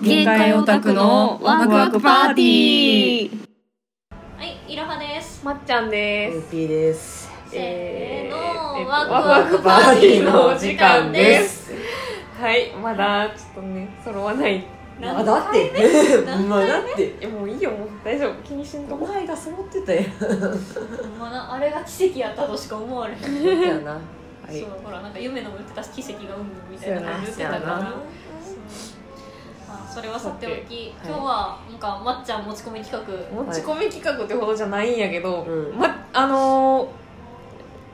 限界オタクのワクワクパーティーはい、いろはです。まっちゃんです。 MP です。せーのえワクワワククパパーーテティィーーののおお時時間間で。ですはい、まだちょっとね、揃わない。いまあだって、まあだって、や、もういいよ、もう大丈夫、気にしんとおこ。前が揃ってたよ。まだあれが奇跡やったとしか思われへん。やな。はそう、ほら、なんか夢のも言ってたし奇跡がうんぬんみたいな感じそ言うっやてなたから。そうまあ、それはさておき、今日はなんかまっちゃん持ち込み企画。持ち込み企画ってほどじゃないんやけど、うんま、あのー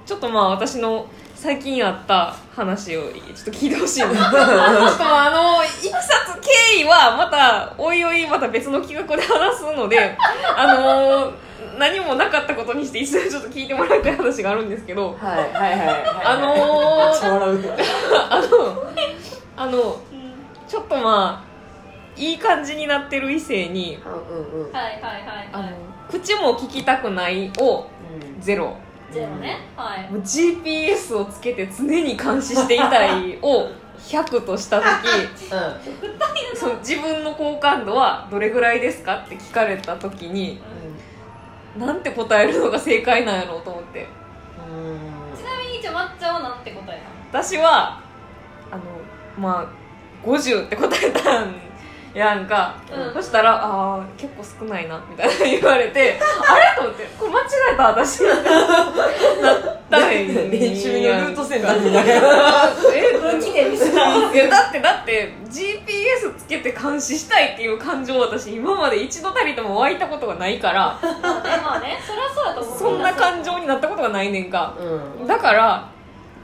ちょっとまあ私の最近あった話をちょっと聞いてほし いなちょっとあのーいきさつ経緯はまたおいおいまた別の企画で話すのであのー何もなかったことにして一度ちょっと聞いてもらいたい話があるんですけどはいはいはい。あのめっーちゃ笑う。あのあのうんちょっとまあいい感じになってる異性にうんうんうん。はいはいはいあはのい。口も聞きたくないをゼロゼロね。はい。もう GPS をつけて常に監視していたいを100とした時うその自分の好感度はどれぐらいですかって聞かれた時になんて答えるのが正解なんやろうと思ってん。うん。ちなみにじゃあまっちゃんはなんて答え私はあのまあ50って答えたんやんか、うんそしたら「ああ結構少ないな」みたいな言われて「あれ?」と思って「これ間違えた 私」なったんやんか練習のルートセンターになる。えなの？きで見せた。いやだってだって GPS つけて監視したいっていう感情私今まで一度たりとも湧いたことがないからまあね、そりゃそうだと思う。そんな感情になったことがないねんかうん。だから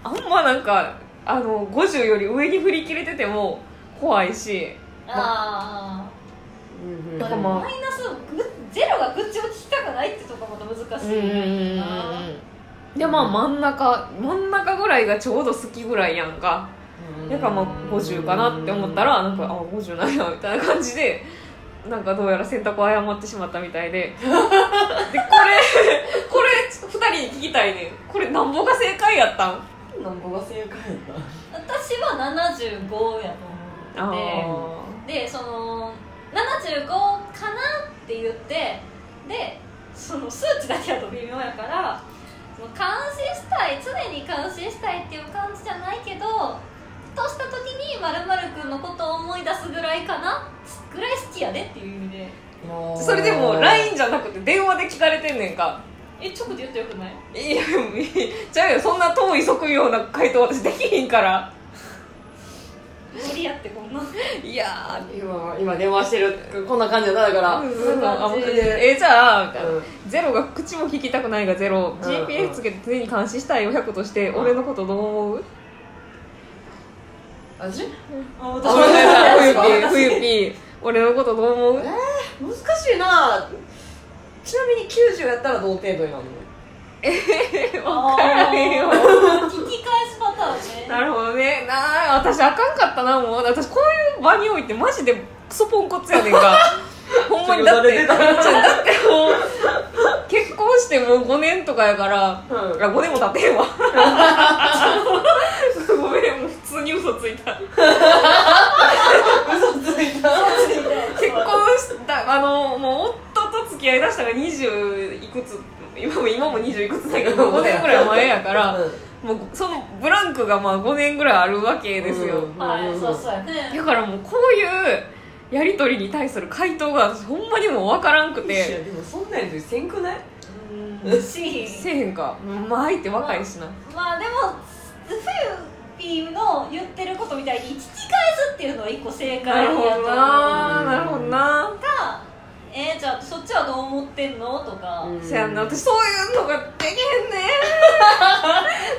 あんまなんかあの50より上に振り切れてても怖いしあうんあ、まあ、でもマイナスぐゼロが愚痴を聞きたくないってとこもまた難しいよなでまあ真ん中真ん中ぐらいがちょうど好きぐらいやんかだからまあ50かなって思ったらなんかあ50なんやみたいな感じでなんかどうやら選択を誤ってしまったみたいででこれこれ2人に聞きたいねんこれなんぼが正解やったんなんぼが正解だ。私は75やと思ってでその75かなって言ってでその数値だけだと微妙やからその監視したい常に監視したいっていう感じじゃないけどふとした時にまるくんのことを思い出すぐらいかなぐらい好きやでっていう意味であーそれでもン。 LINE じゃなくて電話で聞かれてんねんかえ直で言ってよくないいやちゃうよそんな遠い即ような回答私できひんから無理やってこんないや今今電話してるこんな感じだなだから。ーんな感じえじゃあみたいな、うんゼロが口も聞きたくないがゼロ、うん GPS つけて常に監視したいを100として、俺のことどう思う私？あ私 そうだよ冬ピー 冬ピー俺のことどう思う難しいなちなみに90やったら同程度になるの分からへんよ聞き返すパターンねなるほどねなあ私あかんかったなもう私こういう場においてマジでクソポンコツやねん かほんまにだってちょっとだよだれ出たってもう結婚してもう5年とかやから、うんあ5年も経 ってへんわごめんもう普通に嘘ついた嘘ついた結婚したあのもう夫と付き合いだしたが20いくつ今も今も20いくつだけ ど5年ぐらい前やから もうそのブランクがまあ5年ぐらいあるわけですよ、はいそうそうやねだからもうこういうやり取りに対する回答が私ほんまにもう分からんくいやてでもそんなやつせんくないうんしせえへんかまあ相手若いしな、まあでも冬ピーの言ってることみたいに聞き返すっていうのは一個正解なやるとほ思うどななるほどな、がえー、じゃあそっちはどう思ってんのとか、うんせやんな私そういうのができへんね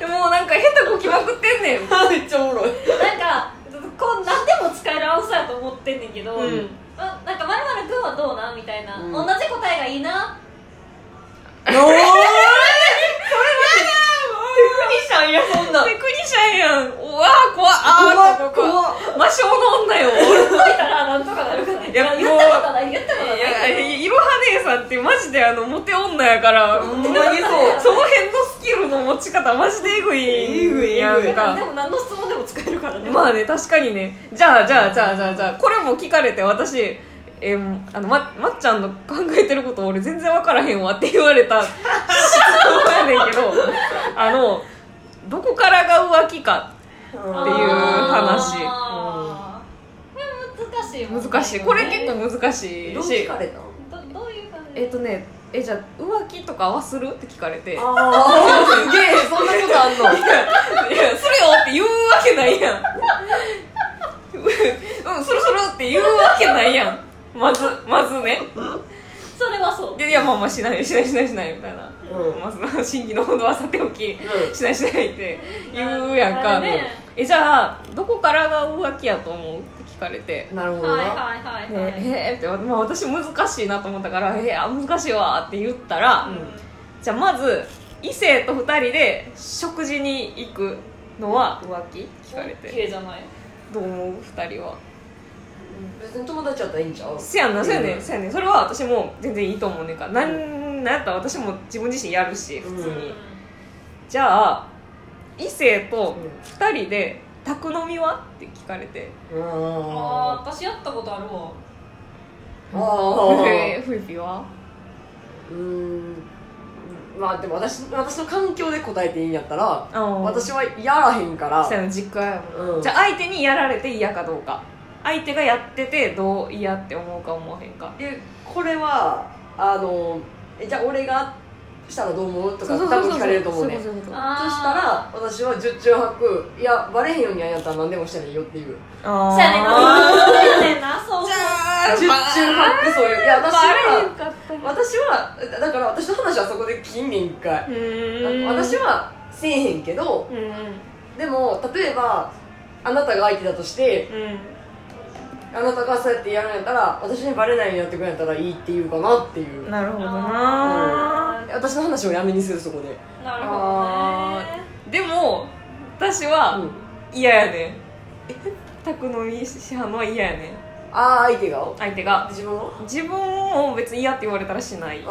んでもうなんか下手こきまくってんねんめっちゃおもろいなんかこう何でも使えるアウトやと思ってんねんけど、うんあなんかまるくんはどうなみたいな、うん同じ答えがいいなおーそれ何テクニシャンやそんなテクニシャンやんうわー怖っあー怖っ怖っ魔性の女よ言っといたらなんとかなるかねいや言ったことない言ったことないいやいろは姉さんさんってマジであのモテ女やからほんまにそうその辺のスキルの持ち方マジでエグいえぐいやえぐんいでかも何の質問でも使えるからね、まあね確かにねじゃあじゃあじゃあじゃあじゃあこれも聞かれて私えーあのままっちゃんの考えてること俺全然分からへんわって言われた質問やねんけどあのどこからが浮気かうんっていう話あーでも難しいもんね難しいこれ結構難しどいうし聞かれたどどういう感じえっとねえじゃあ浮気とかはするって聞かれてああすげえそんなことあんのいや、するよって言うわけないやん。 うん、するするって言うわけないやん。まず、まずね。それはそういや、いやまあまあしないよ、しないしないしないみたいな。うんまず、真偽のほどはさておき、しないしないって言うやんあかれ。ねえ、じゃあ、どこからが浮気やと思うって聞かれて。なるほはいどはないはいはい、えー、って、まあ、私難しいなと思ったから、えー、あ難しいわって言ったら、じゃあまず異性と2人で食事に行くのは浮気聞かれ綺て麗じゃないどう思う2人は別に友達やったらいいんちゃうせやんなせやねうんんせやねんそれは私も全然いいと思うねんからなんなんやったら私も自分自身やるし普通うんに、じゃあ異性とうん2人で宅飲みはって聞かれてあああ私やったことあるわーあーえーフイピはうーんまあでも私私の環境で答えていいんやったら私ははやらへんからせやねん実家やもんうんじゃあ相手にやられて嫌かどうか相手がやっててどう嫌って思うか思わへんかでこれはあのえじゃあ俺がしたらどう思うとかそうそう多そう分そう聞かれると思うねそそそそそしたら私は十中八九いやバレへんようにやんやったら何でもしたらいいよっていうあーそうやねんなそうやねんなそうじゃあ十中八九そういういや私バレへんはかった私はだから私の話はそこで近年一回うーん私はせえへんけどうんうんでも例えばあなたが相手だとしてあなたがそうやってやるんやったら私にバレないようにやってくれんやったらいいっていうかなっていううんなるほどあな私の話をやめにするそこでなるほどねでも私うはん嫌やねん宅飲みしはんのは嫌やねんああ相手が相手が自分は自分も別に嫌って言われたらしないあ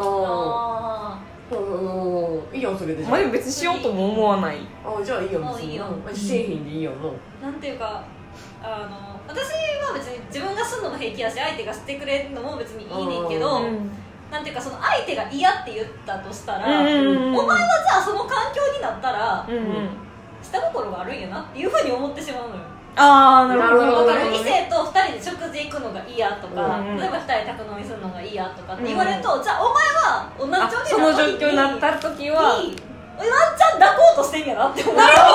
ああうんいいやんそれでじゃまあでも別にしようとも思わないああじゃあいいやんもう別にいいようん製品でいいやんなーなんていうかあの私は別に自分がすんのも平気やし相手がしてくれるのも別にいいねんけど、うんなんていうかその相手が嫌って言ったとしたら、うんお前はじゃあその環境になったらうんうん下心があるんやなっていうふうに思ってしまうのよああなるほどなだるほからど異性と2人で食事行くのが嫌とか、うん例えば2人宅飲みするのが嫌とかって言われると、じゃあお前は同じ状あ況その状況になった時はにワンちゃん抱こうとしてんやなって思うなるほど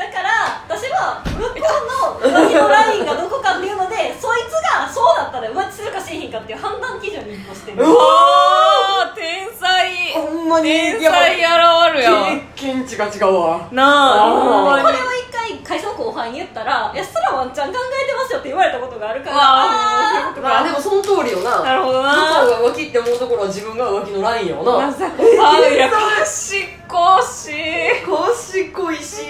だから私は向こうの浮気のラインがどこかっていうのでそいつがそうだったら浮気するかしへんかっていう判断基準に一歩してるうわー天才ほんまに天やばい才現るやん経験値が違うわなああーほんまこにれを一回会社の後輩に言ったら「いやそらワンちゃん考えてますよ」って言われたことがあるからうわーあーまあでもその通りよななるほどな向こうが浮気って思うところは自分が浮気のラインよまなさかいや賢し賢いし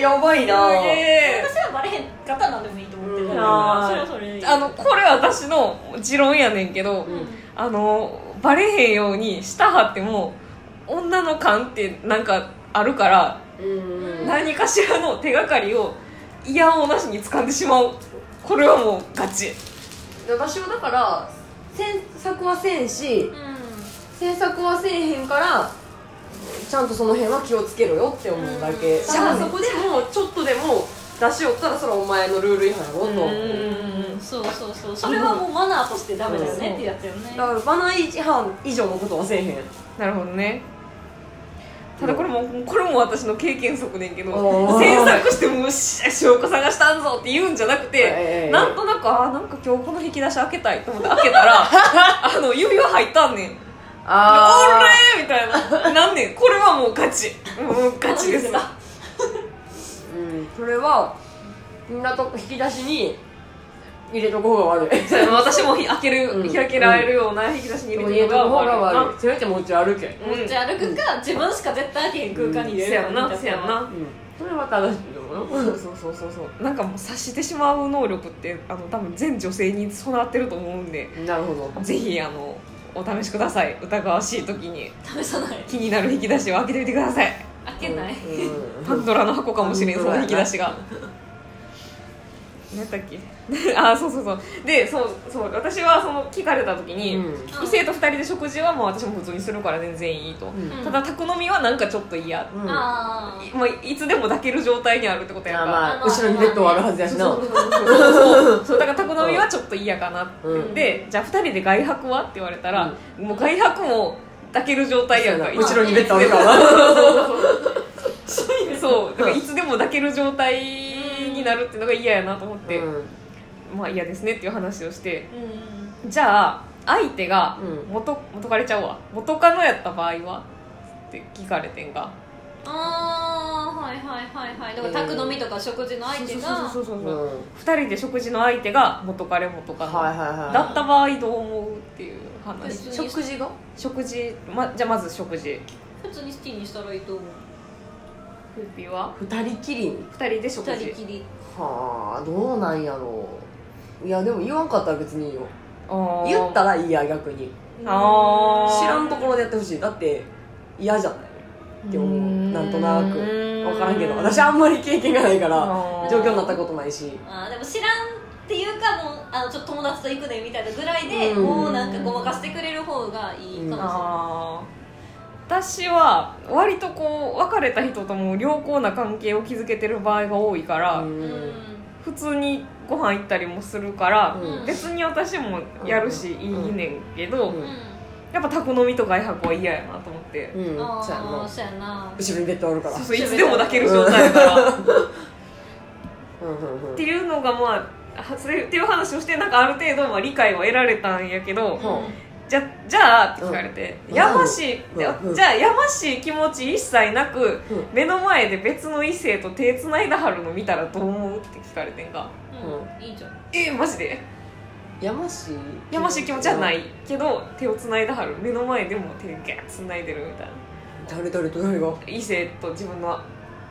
やばいなすげえ私はバレへんかったら何でもいいと思ってるかうんらそれはそれでいいあのこれ私の持論やねんけど、うんあのバレへんようにしたはっても女の勘ってなんかあるからうん何かしらの手がかりを嫌おうなしに掴んでしまうこれはもうガチ私はだから詮索はせんしう詮索はせえへんからちゃんとその辺は気をつけろよって思うだけうんだからそこでもうちょっとでも出しよったらそれはお前のルール違反やろとんそうそうそうそれはもうマナーとしてダメだよねってやつよねだからバナー違反以上のことはせえへんなるほどねただこれもこれも私の経験則ねんけおどー制作してもうし証拠探したんぞって言うんじゃなくえてえなんとなくあーなんか今日この引き出し開けたいと思って開けたら あの指輪入ったんねん「おあれ!」みたいな なんねんこれはもうガチもうガチですなーうんそれはみんなと引き出しに入れとこうが悪いそうやな私もひ開ける、うん開けられるような引き出しに入入れれてとるのこうがが悪いな悪いせめて持ち歩けうん持ち歩くか、自分しか絶対開けへん空間に入れせるやなせやなうんそれは正しいと思うそうそうそうそうそうなんかもう察してしまう能力ってあの多分全女性に備わってると思うんでななるほどぜひあのお試しください疑わしい時に試さない気になる引き出しを開けてみてください開けなうい、んパンドラの箱かもしれんパンそドラのや引なき出しが何やったっけ あそうそうそうでそうそう私はその聞かれた時に、うん異性と2人で食事はもう私も普通にするから全然いいと、うんただ宅飲みはなんかちょっと嫌、うんあーまあ、いつでも抱ける状態にあるってことまやかあら、まあ後ろにベッドはあるはずやしなそうだから宅飲みはちょっと嫌かな、うんでじゃあ2人で外泊はって言われたら、もう外泊も抱ける状態やんかう後ろにベッドあるからなそうだからいつでも抱ける状態になるっていうのが嫌やなと思って、うんまあ嫌ですねっていう話をしてうんじゃあ相手がうん元元彼ちゃうわ元カノやった場合はって聞かれてんがあーはいはいはいはいだから宅飲みとか食事の相手がそうそうそうそううん2人で食事の相手が元彼元カはいノ、はいはいだった場合どう思うっていう話別に食事が食事、ま、じゃあまず食事普通に好きにしたらいいと思うフーピーは二人きりに2人で食二事人きりはあどうなんやろういやでも言わんかったら別にいいよあー言ったらいいや逆にあー知らんところでやってほしいだって嫌じゃないって思うなんとなく分からんけど私あんまり経験がないからあー状況になったことないしあーでも知らんっていうかもうあのちょっと友達と行くねみたいなぐらいでうんもうなんかごまかしてくれる方がいいかもしれなあー私は割とこう別れた人とも良好な関係を築けてる場合が多いから、うんい、普通にご飯行ったりもするから、うん別に私もやるしいいねんけど、うんやっぱ宅飲みと外泊は嫌やなと思って、うんうんあそうやあなそうやな後ろにベッドあるからそうそういつでも抱ける状態やからっうんうんうんていうのがまあはそれっていう話をしてなんかある程度まあ理解は得られたんやけど、うんじゃじゃあって聞かれて、うんやましい、うんじゃうんじゃあやましい気持ち一切なく、うん目の前で別の異性と手つないだはるの見たらどう思うって聞かれてんがうんいいじゃんえマジでやましいやましい気持ちはないけど手をつないだはる目の前でも手ガーッつないでるみたいな誰誰と誰が異性と自分の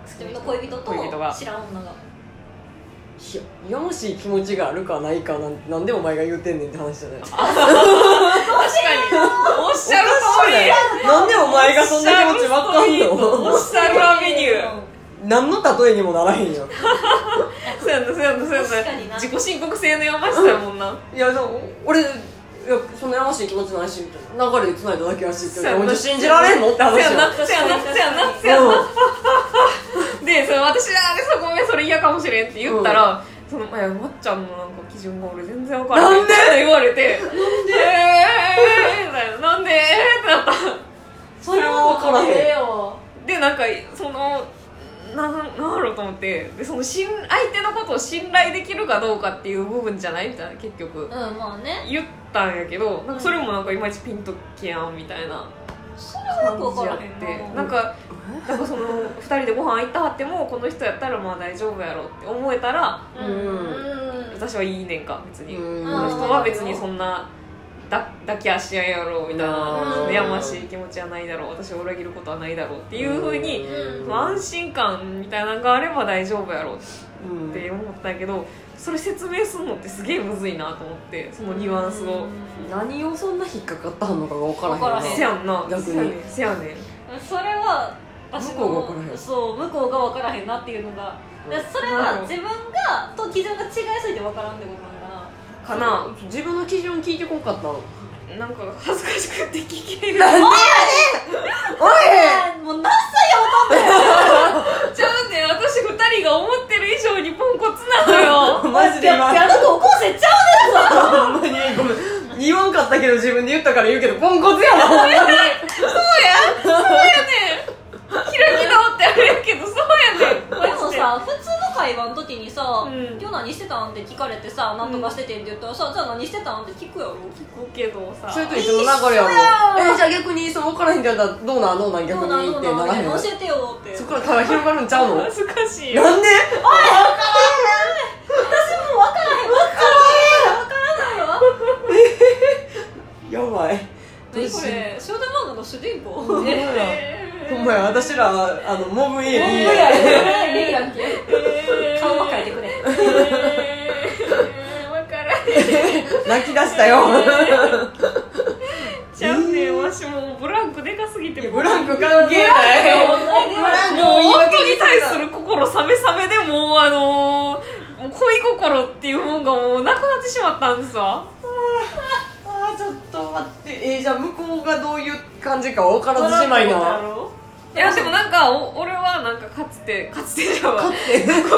自分の恋人と恋人が知らん女がいややましい気持ちがあるかないかなんなんでお前が言うてんねんって話じゃない確かにおっしゃる通りなんでお前がそんな気持ちわかんおっのしゃるわメニュー 何の例えにもならへんよそうやんなそうやんなそうやん確かになな自己申告制のやましさやもんないやでも俺いやそんなやましい気持ちないしみたいな流れで繋いだだけやしってそうやんな俺信じられんのって話そうやんよなそうやんなそうやんなそうやんなでその私あれそこごめんそれ嫌かもしれんって言ったら、その前まっちゃんのなんか基準が俺全然分からなんでって言われてなんでえーみたいななんでえーってなったそれは分からへんよでなんかそのななんなんやろうと思ってでその信相手のことを信頼できるかどうかっていう部分じゃないみたいな結局うんまあね言ったんやけどなんかそれもなんかいまいちピンときやんみたいなそれはよく分からへんってななんかなんかその2人でご飯行ったはってもこの人やったらまあ大丈夫やろって思えたらうんうん私はいいねんか別に、うんこの人は別にそんなだ抱き足ややろうみたいな、うんやましい気持ちはないだろう私を裏切ることはないだろうっていうふうに、うんまあ安心感みたいなのがあれば大丈夫やろうっうんて思ったんやけどそれ説明するのってすげえむずいなと思ってそのニュアンスを、何をそんな引っかかったのかが分からへん分からせへやんな逆にせやねんせやねんそれは私向のこうが分からへんそう向こうが分からへんなっていうのがだからそれなるはほど自分がと基準が違いすぎて分からんってことなんかなかな自分の基準聞いてこんかったのなんか恥ずかしくて聞 けるおいあーもう何歳やもちゃうねん私2人が思ってる以上にポンコツなの よマジで今あなた高校生ちゃうほんまにごめん言わんかったけど自分で言ったから言うけどポンコツやなほんまに開き直ってあれやけどそうやねんでもさ普通の会話の時にさ「うん今日何してたん?」って聞かれてさ「何とかしててん」って言ったらさ「じゃあ何してたん?」って聞くやろ聞くけどさそれと一緒の流れやもんえじゃあ逆にその分からへんってやったらどうなんどうなん「ど逆うなんにどっうてならなん?」へみんのたいな教えてよってそこから会話広がるんちゃうの恥ずかしいよなんで私もう分からへん分からへん何こ嬉しいれ少女漫画の主人公んまやほんまや私らあのモブ A えー B いいやんけ顔は変えてくれえー、分からへん泣き出したよちゃうねんわしもうブランクでかすぎてもう ブランク関係ないもう本当に対する心さめさめでもうあのーもう恋心っていうもんがもうなくなってしまったんですわああちょっと待ってえーじゃあ向こうがどういう感じか分からずじ まいなないやでもなんかお俺はなんかかつてかつてじゃない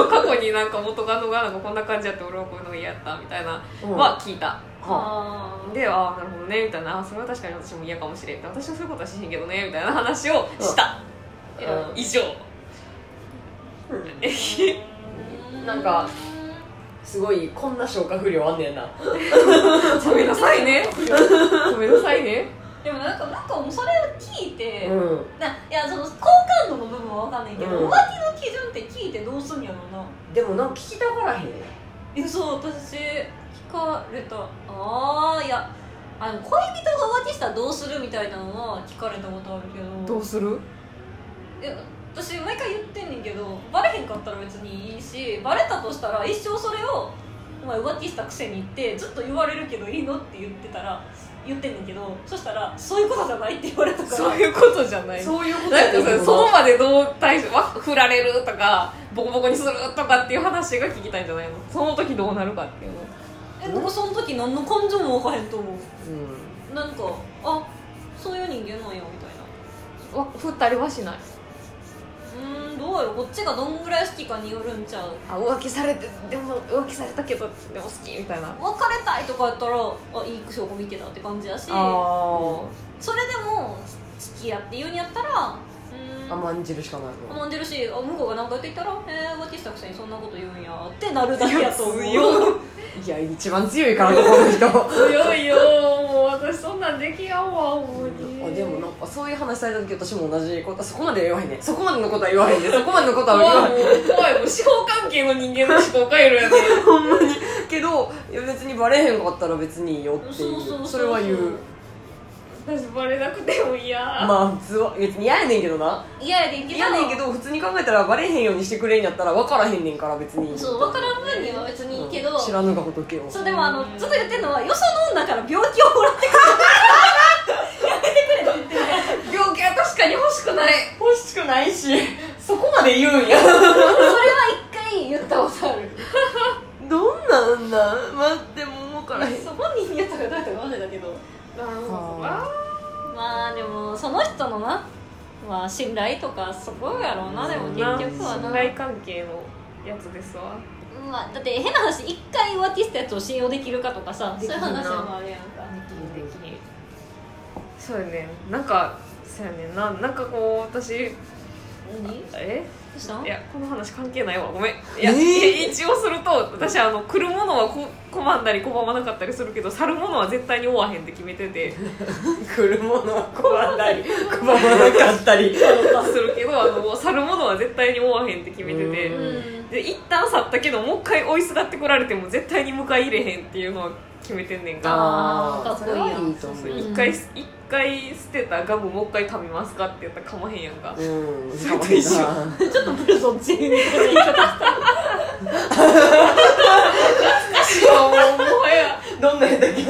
過去になんか元カノがなんかこんな感じやって俺はこういうの嫌やったみたいなうんは聞いた、はあーでああなるほどねみたいなあそれは確かに私も嫌かもしれんみたいな私はそういうことはしへんけどねみたいな話をした、うん以上なんかすごいこんな消化不良あんねんなごめんなさい ねごめんなさいねでもなんかなんかもうそれを聞いて、うんないやその好感度の部分は分かんないけど、うん浮気の基準って聞いてどうすんやろなでもなんか聞きたがらへんえそう私聞かれたああいやあの恋人が浮気したらどうするみたいなのは聞かれたことあるけどどうするえ私毎回言ってんねんけどバレへんかったら別にいいしバレたとしたら一生それを「お前浮気したくせに」ってずっと言われるけどいいのって言ってたら言ってんねんけどそしたら「そういうことじゃない」って言われたからそういうことじゃないそういうこなんかさなそこまでどう対処わ振られるとかボコボコにするとかっていう話が聞きたいんじゃないのその時どうなるかっていうのえなんかその時何の感情も分かへんと思うんうなんかあそういう人間なんやみたいなわ振ったりはしないうーんどうよこっちがどんぐらい好きかによるんちゃうあ浮気されてでも浮気されたけどでも好きみたいな別れたいとかやったらあいい証拠見てたって感じやしあそれでも付き合って言うんやったらうーん甘んじるしかないもん甘んじるしあ向こうが何か言ってきたら「えー、浮気したくせにそんなこと言うんや」ってなるだけやと思 う強いや一番強いからこの人あ強いよもう私そんなんできやんわほんまにでもなんかそういう話された時私も同じことそこまでは言わへんねそこまでのことは言わへんねそこまでのことは言わ怖いへんもう怖いもう司法関係の人間の思考回路やねほんまにけどいや別にバレへんかったら別にいいよっていそううそうそうそれは言う私バレなくても嫌、まあ普通は別に嫌やねんけどな嫌やでんけど嫌やねんけど普通に考えたらバレへんようにしてくれんやったら分からへんねんから別にそう分からん分には別にいいけど、うん知らぬが仏をそうでもあのずっと言ってるのはよその女から病気をもらって 病気は確かに欲しくない欲しくないしそこまで言うんやそれは一回言ったことあるどんなんなん待っても分からへんそ本人に言ったかどうやったか忘れたけどなるほどはあなまあでもその人のなまあ信頼とかそこやろうなでも結局はな信頼関係のやつですわまあ、だって変な話一回浮気したやつを信用できるかとかさそうでいきうるな話もあるやんかそうやねなんかそうやねんななんかこう私何どえうしたんいやこの話関係ないわごめんいや、えーいや一応すると私あの来るものはこ拒んだり拒まなかったりするけど去るものは絶対に追わへんって決めてて来るものは拒んだり 拒まなかったりするけどあの去るものは絶対に追わへんって決めてうてうんで一旦去ったけどもう一回追いすがってこられても絶対に迎え入れへんっていうのは決めてんねんがあーーそれはいいと思そううよ一回一回捨てたガムもう一回噛みますかって言ったら噛まへんやんか うんそれと一緒ちょっとブルゾン全員みたいな言い方いやもうもはやどんなやったっけ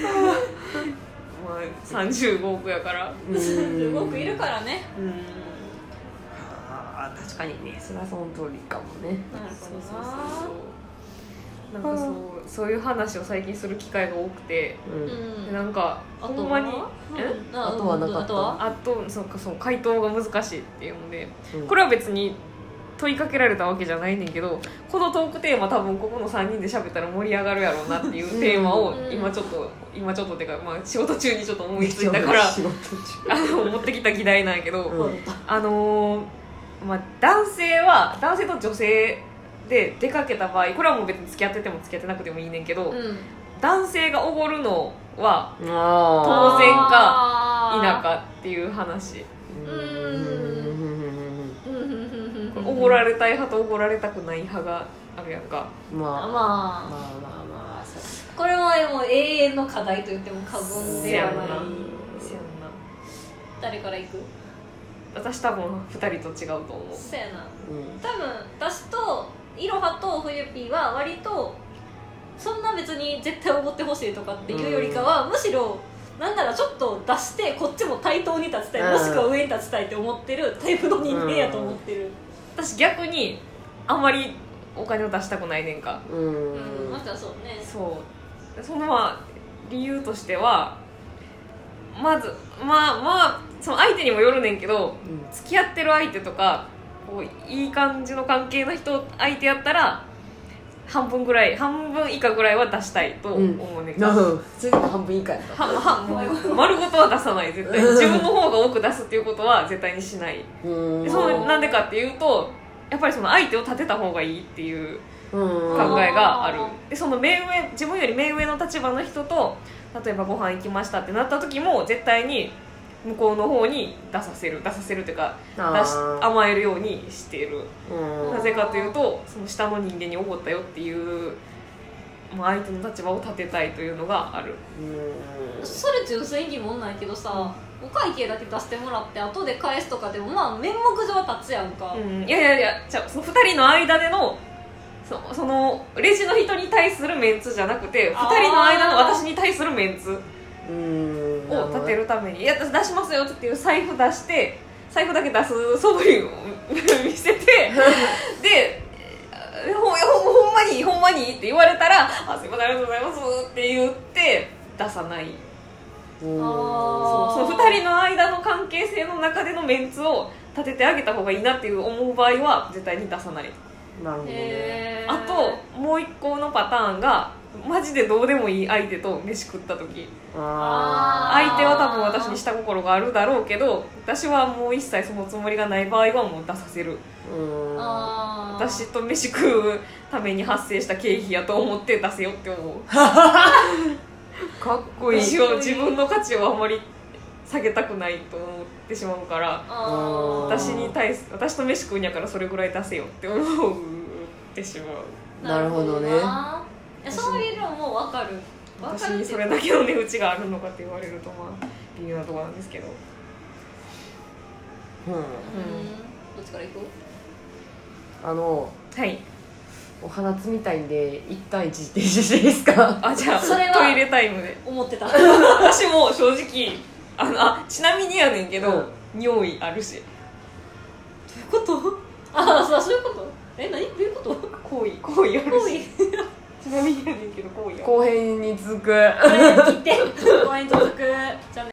まあ35億やからうん動くいるからねうんあー確かにねそれはその通りかもねなるそほうそうどなそうそうなんかそうそういう話を最近する機会が多くてうんうんでなんかあほとんまにはえうんああとはなかったあとはあとそうかそう回答が難しいっていうのでうんこれは別に問いかけられたわけじゃないねんけどこのトークテーマ多分ここの3人で喋ったら盛り上がるやろうなっていうテーマをうん今ちょっと今ちょっとっていうか、まあ、仕事中にちょっと思いついたから仕事 あの持ってきた議題なんやけど、中うんあのーまあ、男性は男性と女性で出かけた場合これはもう別に付き合ってても付き合ってなくてもいいねんけど、うん男性がおごるのはあ当然かあ否ーかっていう話ーうんうんうんうんうんうんうんおごられたい派とおごられたくない派があるやんかまあまあまあまあまあそこれはもう永遠の課題と言っても過言せでやはんなないせやんな誰から行く私多分2人と違うと思うそうやなううん多分私といろはと冬ピーは割とそんな別に絶対おごってほしいとかっていうよりかはむしろなんならちょっと出してこっちも対等に立ちたいうんもしくは上に立ちたいって思ってるタイプの人間やと思ってる私逆にあんまりお金を出したくないねんかうんうんまずはそうねそうそのまあ理由としてはまずまあまあその相手にもよるねんけど付き合ってる相手とかこういい感じの関係の人相手やったら半分ぐらい半分以下ぐらいは出したいと思うねんなか、るほど普通に半分以下やったはは丸ごとは出さない絶対に自分の方が多く出すっていうことは絶対にしないうんでそのなんでかっていうとやっぱりその相手を立てた方がいいっていううん考えがあるあでその目上自分より目上の立場の人と例えばご飯行きましたってなった時も絶対に向こうの方に出させる出させるというか出あしー甘えるようにしているうんなぜかというとその下の人間に怒ったよっていう、まあ、相手の立場を立てたいというのがあるうそれ純粋に疑問ないけどさお会計だけ出してもらって後で返すとかでもまあ面目上は立つやんか、うん、いやいやいやじゃあその2人の間でのそそのレジの人に対するメンツじゃなくて2あー人の間の私に対するメンツんを立てるために「いや私出しますよ」って言って財布出して財布だけ出す素振りを見 せてでえほんほんほんまにほんまにって言わるたら「あすいませんありがとうございます」って言って出さないうんあそうあーその2人の間の関係性の中でのメンツを立ててあげた方がいいなっていう思う場合は絶対に出さないなるほどねへーあともう一個のパターンがマジでどうでもいい相手と飯食った時あー相手は多分私に下心があるだろうけど私はもう一切そのつもりがない場合はもう出させるうんあー私と飯食うために発生した経費やと思って出せよって思うかっこいい一応自分の価値をあまり下げたくないと思ってしまうからあー私に対す私と飯食うんやからそれぐらい出せよって思うってしまうなるほどねなるほどないやそういうのも分かる分私かるにっていそうれだけの値打ちがあるのかって言われるとまあ微妙なところなんですけどうんうんどっちから行くあのはいお花摘みたいんで一旦一時停止していいですか あじゃあそれはトイレタイムで思ってた私も正直あのあちなみにやねんけど、匂いあるしこと ああそうそういうことえ何どういう こと行為行為ある行し為ちなみにやねんけど行為ある後編に続く これ切って公演続くじゃあね